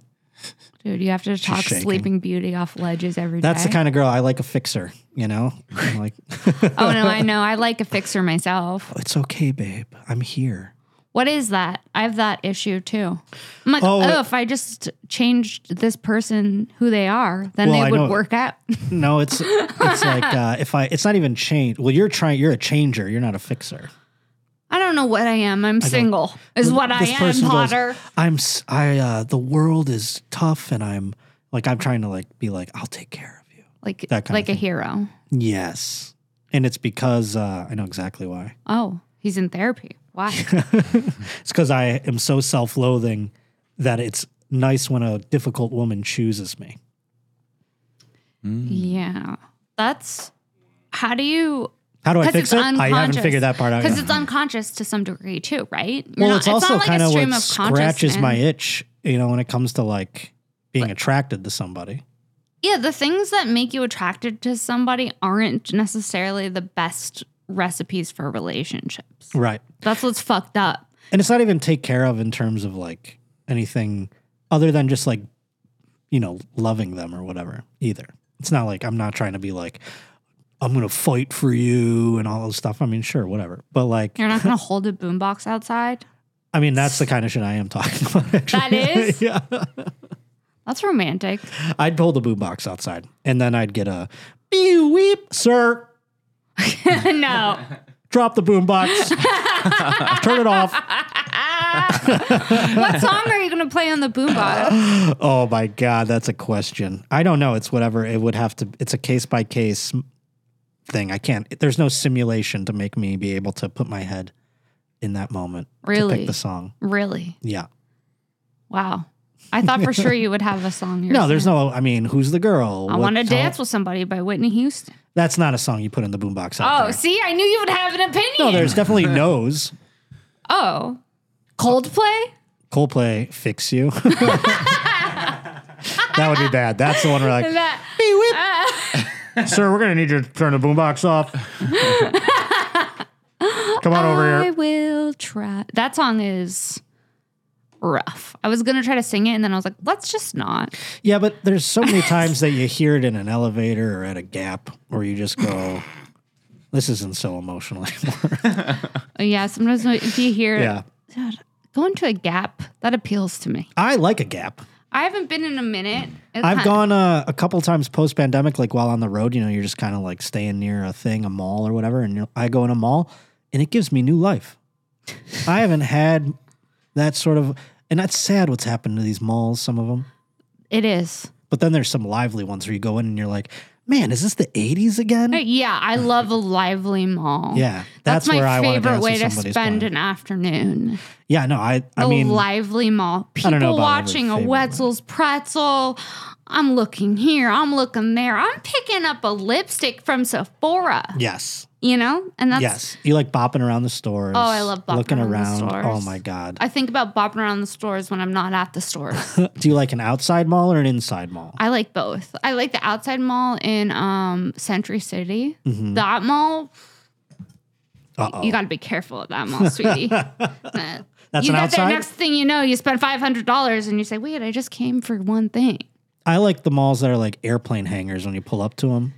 Dude, you have to talk
shaking.
Sleeping Beauty off ledges every day.
That's the kind of girl I like a fixer, you know? I'm like,
oh, no, I know. I like a fixer myself.
it's okay, babe. I'm here.
What is that? I have that issue too. I'm like,
Oh,
oh,
uh,
if I just changed this person who they are, then
Well, I
they
know-
would work out.
No, it's it's like uh, if I it's not even change. Well, you're trying. You're a changer. You're not a fixer.
I don't know what I am. I'm single, is what I am,
goes,
Potter.
I'm s- I uh, the world is tough, and I'm like I'm trying to like be like I'll take care of you.
like
that kind of
like a
thing.
hero.
Yes, and it's because uh, I know exactly why.
Oh, he's in therapy. Why?
It's because I am so self-loathing that it's nice when a difficult woman chooses me.
yeah, that's how do you?
How do I
Because it's
fix it? I
unconscious.
haven't figured that part out.
Because
yet.
it's unconscious to some degree too, right? You're
Oh, well,
not-
it's also
not like a
kind of
stream
what scratches
consciousness.
my itch. You know, when it comes to like being attracted to somebody.
Yeah, the things that make you attracted to somebody aren't necessarily the best recipes for relationships.
Right.
That's what's fucked up.
And it's not even take care of in terms of like anything other than just like, you know, loving them or whatever either. It's not like I'm not trying to be like, I'm going to fight for you and all those stuff. I mean, sure, whatever. But like,
You're not gonna hold a boombox outside.
I mean, that's the kind of shit I am talking about. Actually.
That is?
yeah.
That's romantic.
I'd pull the boom box outside and then I'd get a bee weep, sir.
no,
Drop the boom box. Turn it off.
what song are you gonna play on the boombox?
Oh my god, that's a question. I don't know. It's whatever. It would have to. It's a case by case thing. I can't. There's no simulation to make me be able to put my head in that moment. To
Really?
pick the song.
Really?
Yeah.
Wow. I thought for sure you would have a song.
No, there's no. I mean, who's the girl?
I
What
want to
song-
dance with somebody by Whitney Houston.
That's not a song you put in the boombox. out
Oh,
there.
see, I knew you would have an opinion.
no. There's definitely nose.
oh, Coldplay.
Coldplay, fix you. that would be bad. That's the one where like,
That-
sir, we're gonna need you to turn the boombox off. Come on over
I
here.
will try. That song is rough. I was gonna try to sing it, and then I was like, let's just not.
Yeah, but there's so many times that you hear it in an elevator or at a gap where you just go, this isn't so emotional anymore.
Uh, Yeah, sometimes if you hear
yeah.
going to a gap, that appeals to me.
I like a gap.
I haven't been in a minute. It's
I've
kind-
gone uh, a couple times post pandemic, like while on the road, you know, you're just kind of like staying near a thing, a mall or whatever. And you're, I go in a mall and it gives me new life. I haven't had that sort of, and that's sad what's happened to these malls, some of them.
It is.
But then there's some lively ones where you go in and you're like, man, is this the 80s again?
Yeah, I love a lively mall.
Yeah,
That's,
that's,
my
where I want to
favorite
dance
way
with
to
somebody's
spend
playing.
an afternoon.
Yeah, no, I, I
a
mean,
lively mall.
don't
People
know about every
watching a
favorite
Wetzel's pretzel. I'm looking here. I'm looking there. I'm picking up a lipstick from Sephora.
yes,
You know, and that's.
yes, you like bopping around the stores.
Oh, I love bopping
looking
around the
around.
stores.
Oh my god, Uh,
I think about bopping around the stores when I'm not at the stores.
do you like an outside mall or an inside mall?
I like both. I like the outside mall in um, Century City.
Mm-hmm.
That mall,
Uh oh,
you got to be careful at that mall, sweetie. Uh,
that's
you
an
get
outside.
there, next thing you know, you spend five hundred dollars, and you say, "Wait, I just came for one thing."
I like the malls that are like airplane hangars when you pull up to them.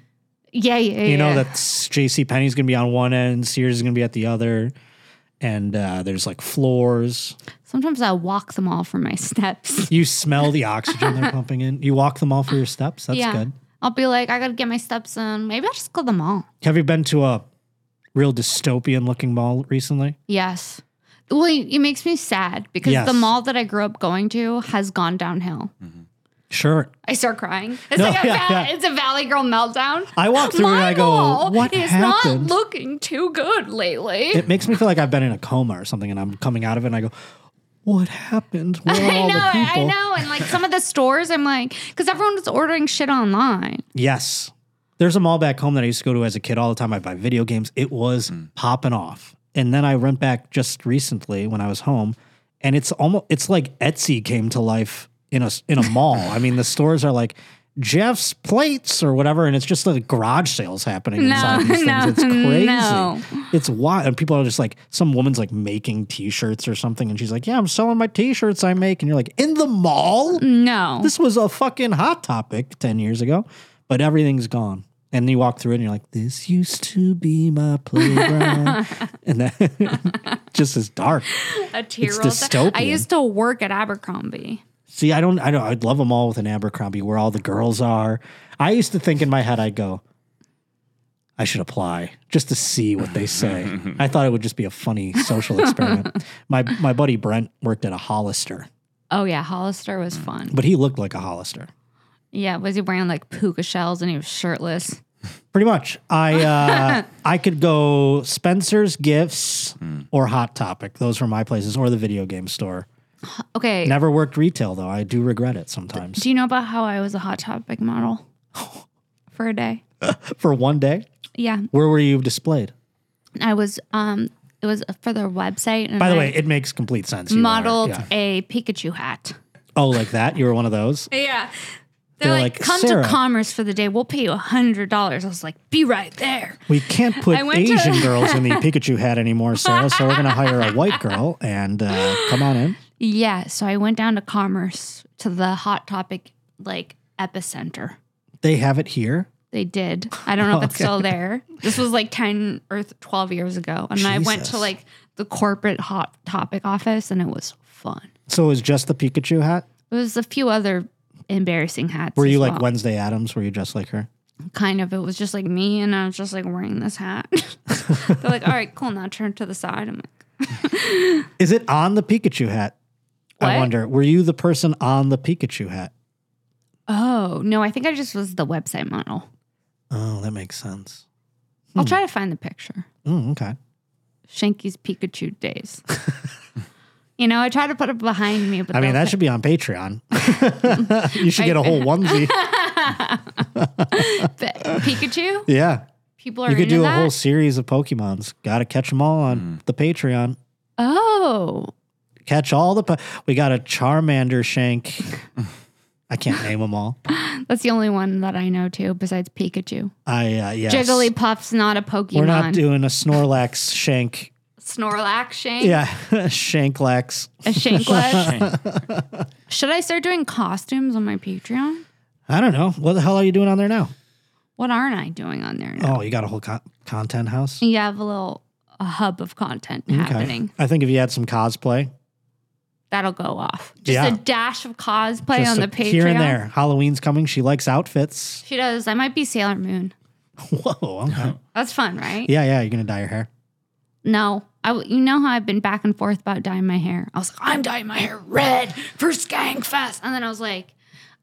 Yeah, yeah,
You know
yeah.
that J.C. Penney's gonna be on one end, Sears is gonna be at the other, and uh, there's like floors.
Sometimes I walk them all for my steps.
You smell the oxygen they're pumping in. You walk the mall for your steps. That's
yeah.
good.
I'll be like, I gotta get my steps in. Maybe I'll just go to the mall.
Have you been to a real dystopian looking mall recently?
Yes. Well, it it makes me sad because
Yes.
the mall that I grew up going to has gone downhill.
Sure.
I start crying. It's
No,
like a
yeah,
val-
yeah.
it's a Valley Girl meltdown.
I walk through and
My
I go,
mall
"What
is
happened?"
not looking too good lately.
It makes me feel like I've been in a coma or something, and I'm coming out of it, and I go, "What happened? Where are
I
all
know,
the
I
people?"
know. And like some of the stores, I'm like, because everyone was ordering shit online.
Yes, there's a mall back home that I used to go to as a kid all the time. I'd buy video games. It was popping off, and then I went back just recently when I was home, and it's almost it's like Etsy came to life in a in a mall. I mean, the stores are like. Jeff's plates or whatever, and it's just like garage sales happening
No,
inside these
no,
things. It's crazy.
no.
It's wild. And people are just like, some woman's like making t shirts or something. And she's like, Yeah, I'm selling my t shirts I make. And you're like, In the mall?
No.
This was a fucking hot topic 10 years ago, but everything's gone. And you walk through it and you're like, This used to be my playground. and then just as dark.
a tear
It's
roll. down. I
dystopian.
used to work at Abercrombie.
See, I don't, I don't, I'd love them all with an Abercrombie where all the girls are. I used to think in my head, I'd go, I should apply just to see what they say. I thought it would just be a funny social experiment. my, my buddy Brent worked at a Hollister,
Oh yeah, Hollister was fun.
but he looked like a Hollister.
Yeah, was he wearing like puka shells and he was shirtless?
Pretty much. I uh, I could go Spencer's Gifts or Hot Topic. Those were my places, or the video game store.
Okay.
Never worked retail though. I do regret it sometimes.
Do you know about how I was a hot topic model for a day?
For one day,
Yeah,
where were you displayed?
I was. Um, it was for their website. And
By the
I
way, it makes complete sense. You are-
modeled
yeah.
a Pikachu hat.
Oh, like that? You were one of those.
Yeah.
They're
They're,
They're
like,
like, like,
come
"Come to Sarah."
to commerce for the day. We'll pay you a hundred dollars. I was like, be right there.
We can't put
I went to-
Asian girls in the Pikachu hat anymore, Sarah. So we're gonna hire a white girl and uh, come on in.
Yeah. So I went down to commerce to the hot topic like epicenter.
They have it here.
They did. I don't know if it's
Okay.
still there. This was like 10 or th- 12 years ago. And I went to
Jesus.
like the corporate hot topic office and it was fun.
So it was just the Pikachu hat.
There was a few other embarrassing hats.
Were
as
you like
well.
Wednesday Adams? Were you just like her?
kind of it was just like me and I was just like wearing this hat. They're like, all right, cool. Now turn to the side. I'm like,
Is it on the Pikachu hat? I
What?
wonder. Were you the person on the Pikachu hat?
oh no, I think I just was the website model.
Oh, that makes sense. Hmm.
I'll try to find the picture.
Mm, okay.
Shanky's Pikachu days. you know, I try to put it behind me, but
I mean,
they'll
that should be on Patreon. you should get a whole onesie.
put- but Pikachu.
Yeah.
People are
You could
into
do a
that.
whole series of Pokemons. Got to catch them all on the Patreon.
oh,
Catch all the. Po- we got a Charmander Shank. I can't name them all.
that's the only one that I know too, besides Pikachu.
I, uh, yes.
Jigglypuff's not a Pokemon.
We're not doing a Snorlax Shank.
Snorlax, Shank,
Yeah. Shanklax.
a Shankless. should I start doing costumes on my Patreon?
I don't know. What the hell are you doing on there now?
What aren't I doing on there now?
Oh, you got a whole con- content house?
You have a little a hub of content happening.
I think if you had some cosplay,
That'll go off. Just
Yeah.
a dash of cosplay
just
on the
a-
Patreon.
here and there. Halloween's coming. She likes outfits.
She does. I might be Sailor Moon.
Whoa. Okay.
That's fun, right?
yeah, yeah. You're gonna dye your hair.
No. I, w- you know how I've been back and forth about dyeing my hair. I was like, I'm dyeing my hair red for Skankfest. And then I was like,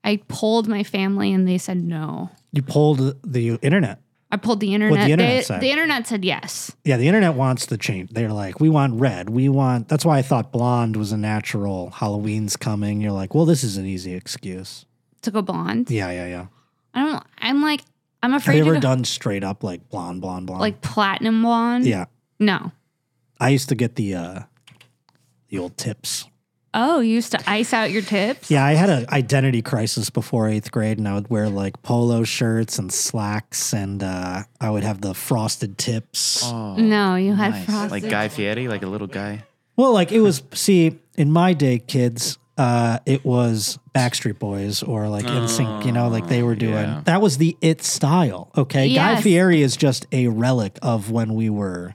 I pulled my family and they said no.
You pulled the internet.
I pulled the internet.
internet
They-
said.
the internet said yes.
Yeah, the internet wants the change. They're like, we want red. We want. That's why I thought blonde was a natural. Halloween's coming. You're like, well, this is an easy excuse.
To go blonde.
Yeah, yeah, yeah.
I don't I'm like, I'm
Have
afraid
you
to
ever
go-
done straight up like blonde, blonde, blonde?
like platinum blonde.
yeah.
No.
I used to get the uh the old tips.
Oh, you used to ice out your tips?
Yeah, I had an identity crisis before eighth grade, and I would wear like polo shirts and slacks, and uh, I would have the frosted tips.
Oh,
No, you had
nice.
frosted.
Like Guy Fieri, like a little guy.
Well, like it was. see, in my day, kids, uh, it was Backstreet Boys or like NSYNC. You know, like they were doing.
yeah.
That was the it style. Okay, Guy
Yes.
Fieri is just a relic of when we were.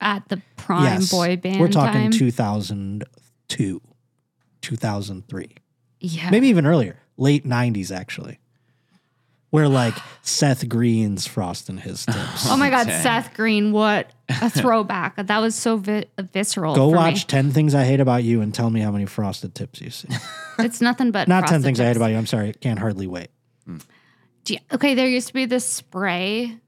at the prime
yes,
boy band.
We're
time.
talking 2002, 2003.
yeah.
maybe even earlier, late '90s actually, where like Seth Green's frosting his tips.
Oh my God,
Dang.
Seth Green, what a throwback! that was so vi- visceral.
Go
for
watch
Me.
Ten Things I Hate About You and tell me how many frosted tips you see.
It's nothing but
Not Ten
frosted
Things I Hate
tips.
About You. I'm sorry, can't hardly wait.
Do you- okay, there used to be this spray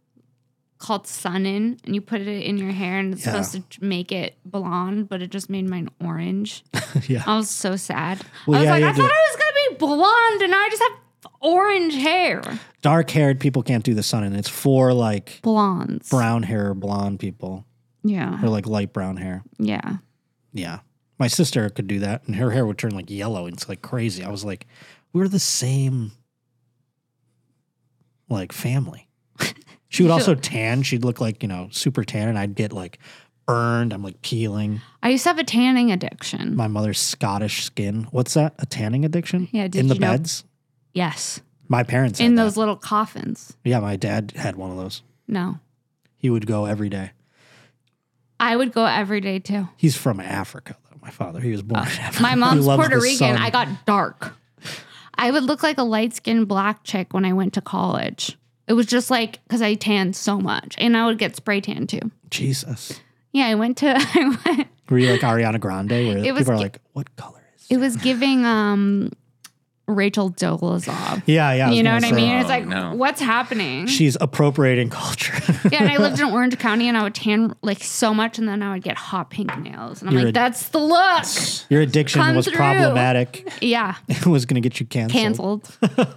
called Sunin, and you put it in your hair, and it's
Yeah.
supposed to make it blonde, but it just made mine orange.
yeah,
I was so sad.
Well,
I was
yeah,
like,
you
I
had
thought
to-
I was gonna be blonde, and I just have orange hair.
dark haired people can't do the sun, and it's for like
Blondes.
brown hair or blonde people
Yeah.
or like light brown hair.
Yeah.
Yeah, my sister could do that, and her hair would turn like yellow. It's like crazy. I was like, we're the same, like family. She would also tan. She'd look like you know super tan, and I'd get like burned. I'm like peeling.
I used to have a tanning addiction.
My mother's Scottish skin. What's that? A tanning addiction?
Yeah, did
in the
you know-
beds.
yes.
My parents had
In
that.
those little coffins.
Yeah, my dad had one of those.
No.
He would go every day.
I would go every day too.
He's from Africa, though. My father, he was born in Africa.
Uh, My
He
mom's
loves
Puerto
the
Rican.
sun.
I got dark. I would look like a light skinned black chick when I went to college. It was just like because I tanned so much, and I would get spray tan too.
Jesus.
Yeah, I went to. I went,
Were you like Ariana Grande, where
It
people
was
are
ge-
like, "What color is?"
it was giving um Rachel Dolezal.
Yeah, yeah. I was
You know what
gonna
I
say,
mean? It's
Oh,
like
no.
what's happening?
She's appropriating culture.
yeah, and I lived in Orange County, and I would tan like so much, and then I would get hot pink nails, and I'm
You're
like,
a-
that's the look.
Your addiction
Come
was
through.
problematic.
Yeah,
It was going to get you canceled.
canceled.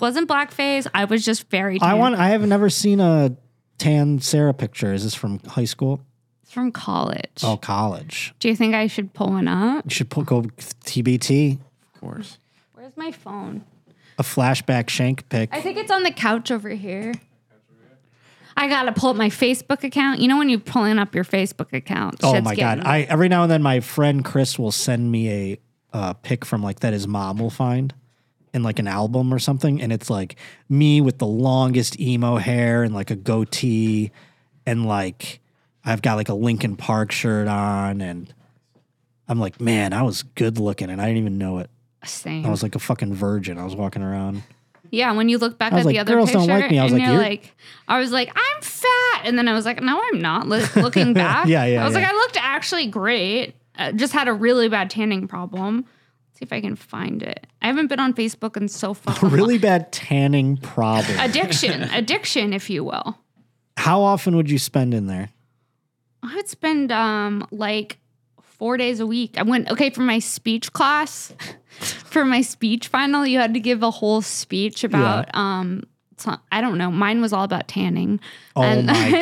Wasn't blackface. I was just very. Tan.
I want. I have never seen a tan Sarah picture. Is this from high school?
It's from college.
Oh, college.
Do you think I should pull one up?
You should put, go TBT.
Of course.
Where's my phone?
A flashback shank pic.
I think it's on the couch over here. I gotta pull up my Facebook account. You know when you're pulling up your Facebook account?
Oh
shit's
my god!
getting-
I every now and then my friend Chris will send me a uh, pic from like that his mom will find in like an album or something, and it's like me with the longest emo hair and like a goatee, and like I've got like a Linkin Park shirt on, and I'm like, man, I was good looking, and I didn't even know it. I
Same.
was like a fucking virgin. I was walking around.
yeah, when you look back
I was
at
like,
the other
"Girls
picture,
don't like me." I was
and
like,
you're
"You're-"
like, I was like, I'm fat, and then I was like, no, I'm not. Look- looking back,
Yeah, yeah,
I was
yeah.
like, I looked actually great. Uh, just had a really bad tanning problem. Let's see if I can find it. I haven't been on Facebook in so fucking long.
Really bad tanning problem.
addiction, addiction, if you will.
How often would you spend in there?
I would spend um like four days a week. I went okay for my speech class. for my speech final, you had to give a whole speech about um so- I don't know. Mine was all about tanning.
Oh my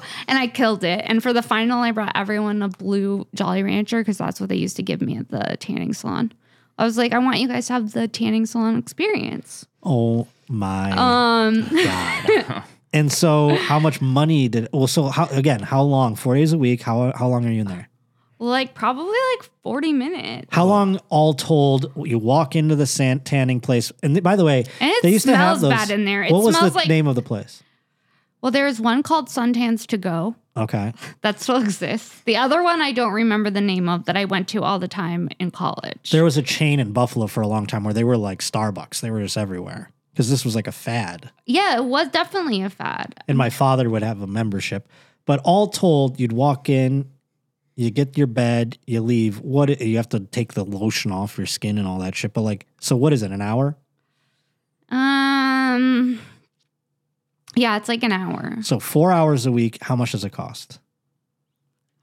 so and I killed it. And for the final, I brought everyone a blue Jolly Rancher because that's what they used to give me at the tanning salon. I was like, I want you guys to have the tanning salon experience.
oh my.
Um,
God. and so, how much money did? Well, so how again? How long? Four days a week. How how long are you in there?
like probably like forty minutes.
How long all told? You walk into the san- tanning place, and th- by the way,
And it
they used to have
smells
those.
bad in there. It
what was
smells
the
like-
name of the place?
Well, there's one called Suntans to Go.
Okay,
that still exists. The other one I don't remember the name of that I went to all the time in college.
there was a chain in Buffalo for a long time where they were like Starbucks. They were just everywhere because this was like a fad,
yeah, it was definitely a fad.
and my father would have a membership. But all told, you'd walk in. You get your bed, you leave. What you have to take the lotion off your skin and all that shit. But like, so what is it? An hour?
Um Yeah, it's like an hour.
So four hours a week. How much does it cost?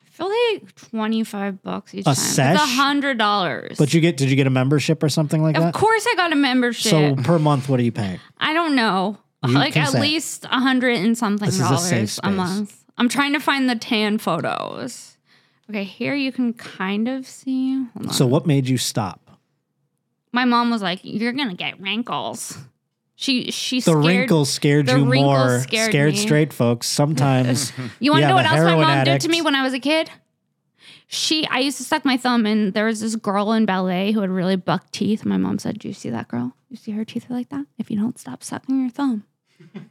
I feel like 25 bucks each
A
time.
sesh?
It's a hundred dollars.
But you get? Did you get a membership or something like
Of
that?
course I got a membership.
So per month, what are you paying?
I don't know.
You
like
can
at
say-
least a hundred and something
This is a
dollars
safe
a
space.
month. I'm trying to find the tan photos. Okay, here you can kind of see. Hold on.
So what made you stop?
my mom was like, "You're gonna get wrinkles." She she
The
scared.
wrinkles scared
the
you
wrinkles
more.
scared me.
straight folks. Sometimes
You want to
Yeah,
know what
the
else my
heroin
mom
addict.
did to me when I was a kid? She I used to suck my thumb, and there was this girl in ballet who had really buck teeth. My mom said, "Do you see that girl? You see her teeth are like that? If you don't stop sucking your thumb."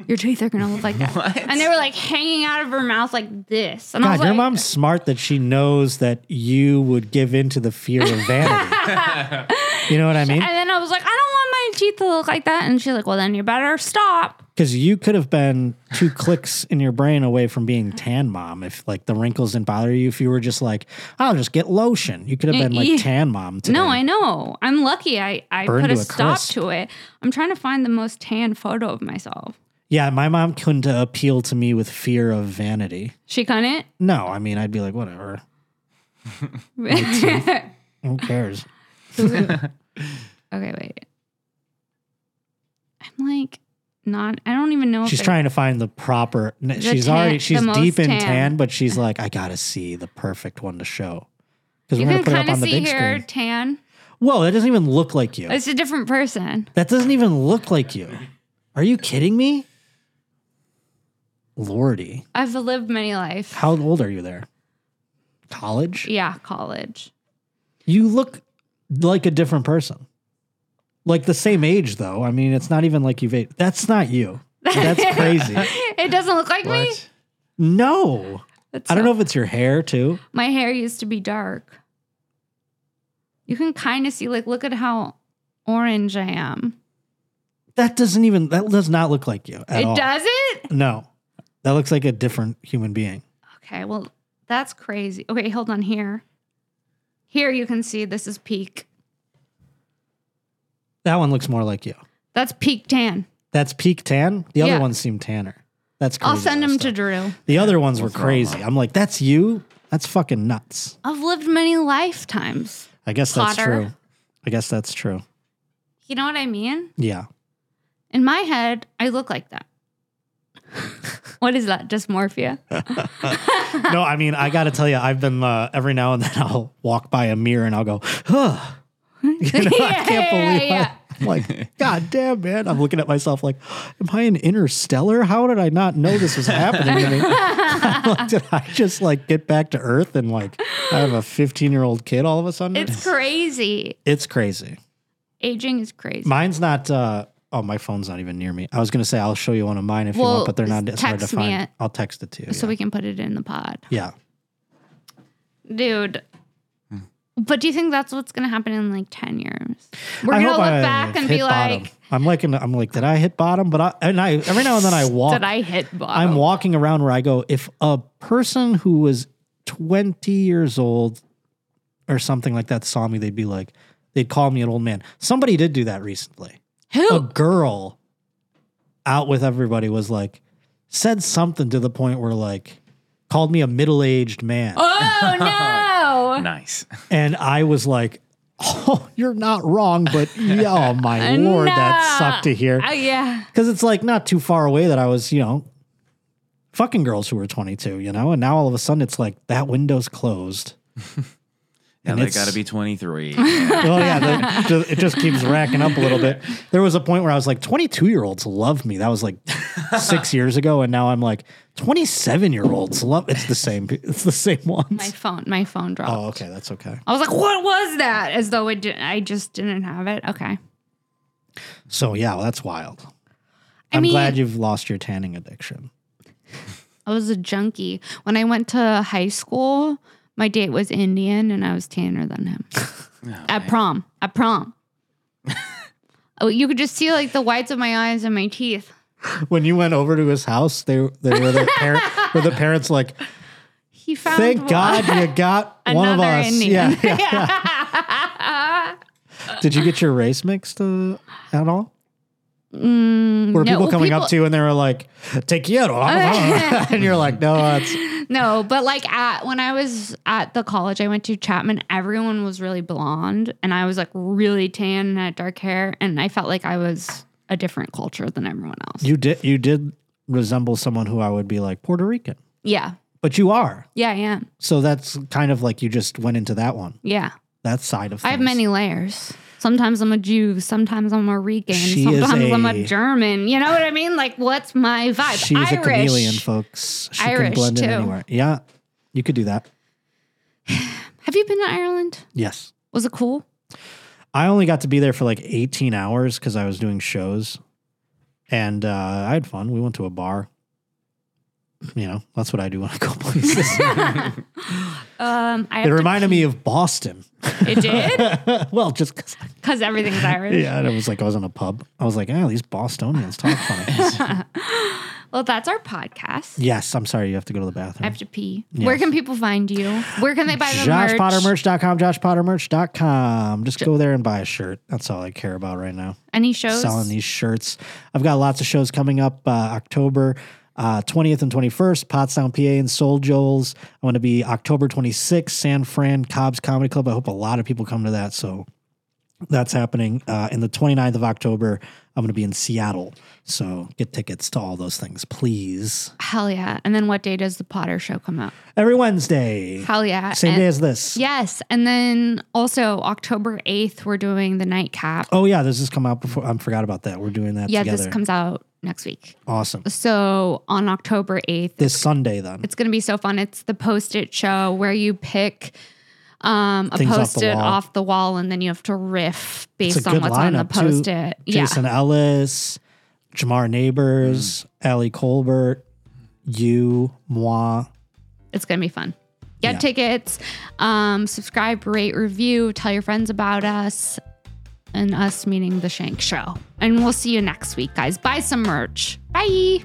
Your teeth are gonna look like that,
What?
and they were like hanging out of her mouth like this. And I
God,
was like,
your mom's smart that she knows that you would give in to the fear of vanity. you know what I mean?
And then I was like, "I don't want my teeth to look like that." And she's like, "Well, then you better stop."
Because you could have been two clicks in your brain away from being tan mom if like the wrinkles didn't bother you. If you were just like, I'll just get lotion. You could have been
Yeah.
like tan mom today.
No, I know. I'm lucky. I I
Burned
put a
to a
stop
crisp.
to it. I'm trying to find the most tan photo of myself.
Yeah, my mom couldn't appeal to me with fear of vanity.
She couldn't.
No, I mean, I'd be like, whatever.
okay,
Who cares?
wait. I'm like not. I don't even know.
She's
if I-
trying to find the proper. n- she's
tan-
already
the
she's
most
deep in tan.
tan.
but she's like, I gotta see the perfect one to show because
You
we're gonna
can
put it up
kind
on
of
the
see
big
here
screen.
tan.
Whoa, that doesn't even look like you.
It's a different person.
That doesn't even look like you. Are you kidding me? Lordy,
I've lived many lives.
how old are you there? College.
Yeah, college.
You look like a different person. Like the same age though. I mean, it's not even like you've aged. That's not you. That's crazy.
It doesn't look like me.
What?
No.
It's
I don't
so-
know if it's your hair too.
My hair used to be dark. You can kind of see, like, look at how orange I am.
That doesn't even that does not look like you at
it
all.
doesn't?
No, that looks like a different human being.
Okay, well, that's crazy. Okay, hold on here. Here you can see this is peak.
That one looks more like you.
That's peak tan.
That's peak tan. The
Yeah.
other ones seem tanner. That's crazy.
I'll send them
messed
to
up.
Drew.
The other ones were
What's wrong,
crazy.
Mom?
I'm like, that's you. That's fucking nuts.
I've lived many lifetimes.
I guess that's
Potter.
true. I guess that's true.
You know what I mean?
Yeah.
In my head, I look like that. what is that? Dysmorphia?
no, I mean, I got to tell you, I've been uh, every now and then I'll walk by a mirror and I'll go, huh. You know, I
Yeah,
can't
yeah,
believe
yeah.
I, am like, God damn, man. I'm looking at myself like, am I an interstellar? How did I not know this was happening to me? I'm like, did I just like get back to Earth and like I have a 15 year old kid all of a sudden?
It's crazy.
It's crazy.
Aging is crazy.
Mine's not. uh Oh, my phone's not even near me. I was gonna say I'll show you one of mine if you
Well,
want, but they're not. It's hard to
text me
find.
it.
I'll text it to you.
so
yeah.
we can put it in the pod.
yeah.
Dude.
Hmm.
But do you think that's what's going to happen in like 10 years? We're going to
hope
look
I've
back and
hit
be
bottom.
like,
I'm like, I'm like, did I hit bottom? But I and I every now and then I walk.
did I hit bottom?
I'm walking around where I go. If a person who was 20 years old or something like that saw me, they'd be like, they'd call me an old man. Somebody did do that recently. a
Who?
girl out with everybody was like said something to the point where like called me a middle-aged man
Oh, no.
Nice.
and i was like oh you're not wrong but yeah, oh my lord that
Nah.
sucked to hear
Oh, yeah.
because it's like not too far away that i was you know fucking girls who were 22 you know and now all of a sudden it's like that window's closed
Now
And
they
it's-
got to be 23.
oh yeah, the, ju- it just keeps racking up a little bit. There was a point where I was like, 22 year olds love me. That was like six years ago, and now I'm like, 27 year olds love. It's the same. pe- It's the same
My
ones.
phone, my phone dropped.
Oh, okay, that's okay.
I was like, what was that? As though it did, I just didn't have it. Okay.
So yeah, well, that's wild.
I
I'm
mean-
glad you've lost your tanning addiction.
I was a junkie. When I went to high school, my date was Indian and I was tanner than him. at prom. At prom. oh, you could just see like the whites of my eyes and my teeth.
When you went over to his house, they they were the parent were the parents like,
He found
thank
one.
God you got one of
Another
us.
Indian.
Yeah, yeah, yeah. Did you get your race mixed uh, at all? Were
Mm, no,
people
well,
coming
people-
up to you and they were like, "Take you," and you're like, "No, that's
No, but like at when I was at the college I went to Chapman, everyone was really blonde and I was like really tan and had dark hair and I felt like I was a different culture than everyone else.
you did you did resemble someone who I would be like Puerto Rican,
Yeah.
but you are."
Yeah, I am.
So that's kind of like you just went into that one,
Yeah.
that side of things.
I have many layers. Sometimes I'm a Jew, sometimes I'm a Rican,
She is
sometimes i I'm a
a-
German. You know what I mean? Like, what's my vibe?
She is
Irish.
a chameleon, folks. She can
Irish,
blend in
too.
anywhere. Yeah, you could do that.
Have you been to Ireland?
Yes,
Was it cool?
I only got to be there for like 18 hours because I was doing shows, and uh, I had fun. We went to a bar. You know, that's what I do when I go places.
Um, I
it
have to-
reminded me of Boston.
it did
well, just 'cause-
because everything's Irish.
yeah, and it was like I was in a pub. I was like, oh, these Bostonians talk funny.
Well, that's our podcast.
yes, I'm sorry, you have to go to the
I
bathroom.
have to pee. Where can people find you? Where can they buy the merch?
JoshPottermerch.com, JoshPottermerch.com. Just go there and buy a shirt. That's all I care about right now.
Any shows?
Selling these shirts. I've got lots of shows coming up uh, October. Uh, 20th and 21st, Potsdam, PA, and Soul Joel's. I'm going to be October 26th, San Fran Cobb's Comedy Club. I hope a lot of people come to that. So that's happening. Uh, and the 29th of October, I'm going to be in Seattle. So get tickets to all those things, please.
Hell yeah. And then what day does the Potter show come out?
Every Wednesday.
Hell yeah.
Same
And-
day as this.
Yes. And then also October 8th, we're doing the nightcap.
Oh, yeah. This has come out before. I forgot about that. We're doing that
yeah,
together.
this comes out next week.
awesome.
So on October 8th,
This Sunday, then.
it's going to be so fun. It's the post it show where you pick um, a
Things off the
post it
wall.
off the wall and then you have to riff
It's
based on what's on the
too.
post it. Yeah. Mm.
Jason Ellis, Jamar Neighbors, Ali Colbert, you, moi,
It's going to be fun. Get tickets, um, subscribe, rate, review, tell your friends about us, and us meeting the Shank Show. And we'll see you next week, guys. Buy some merch. Bye.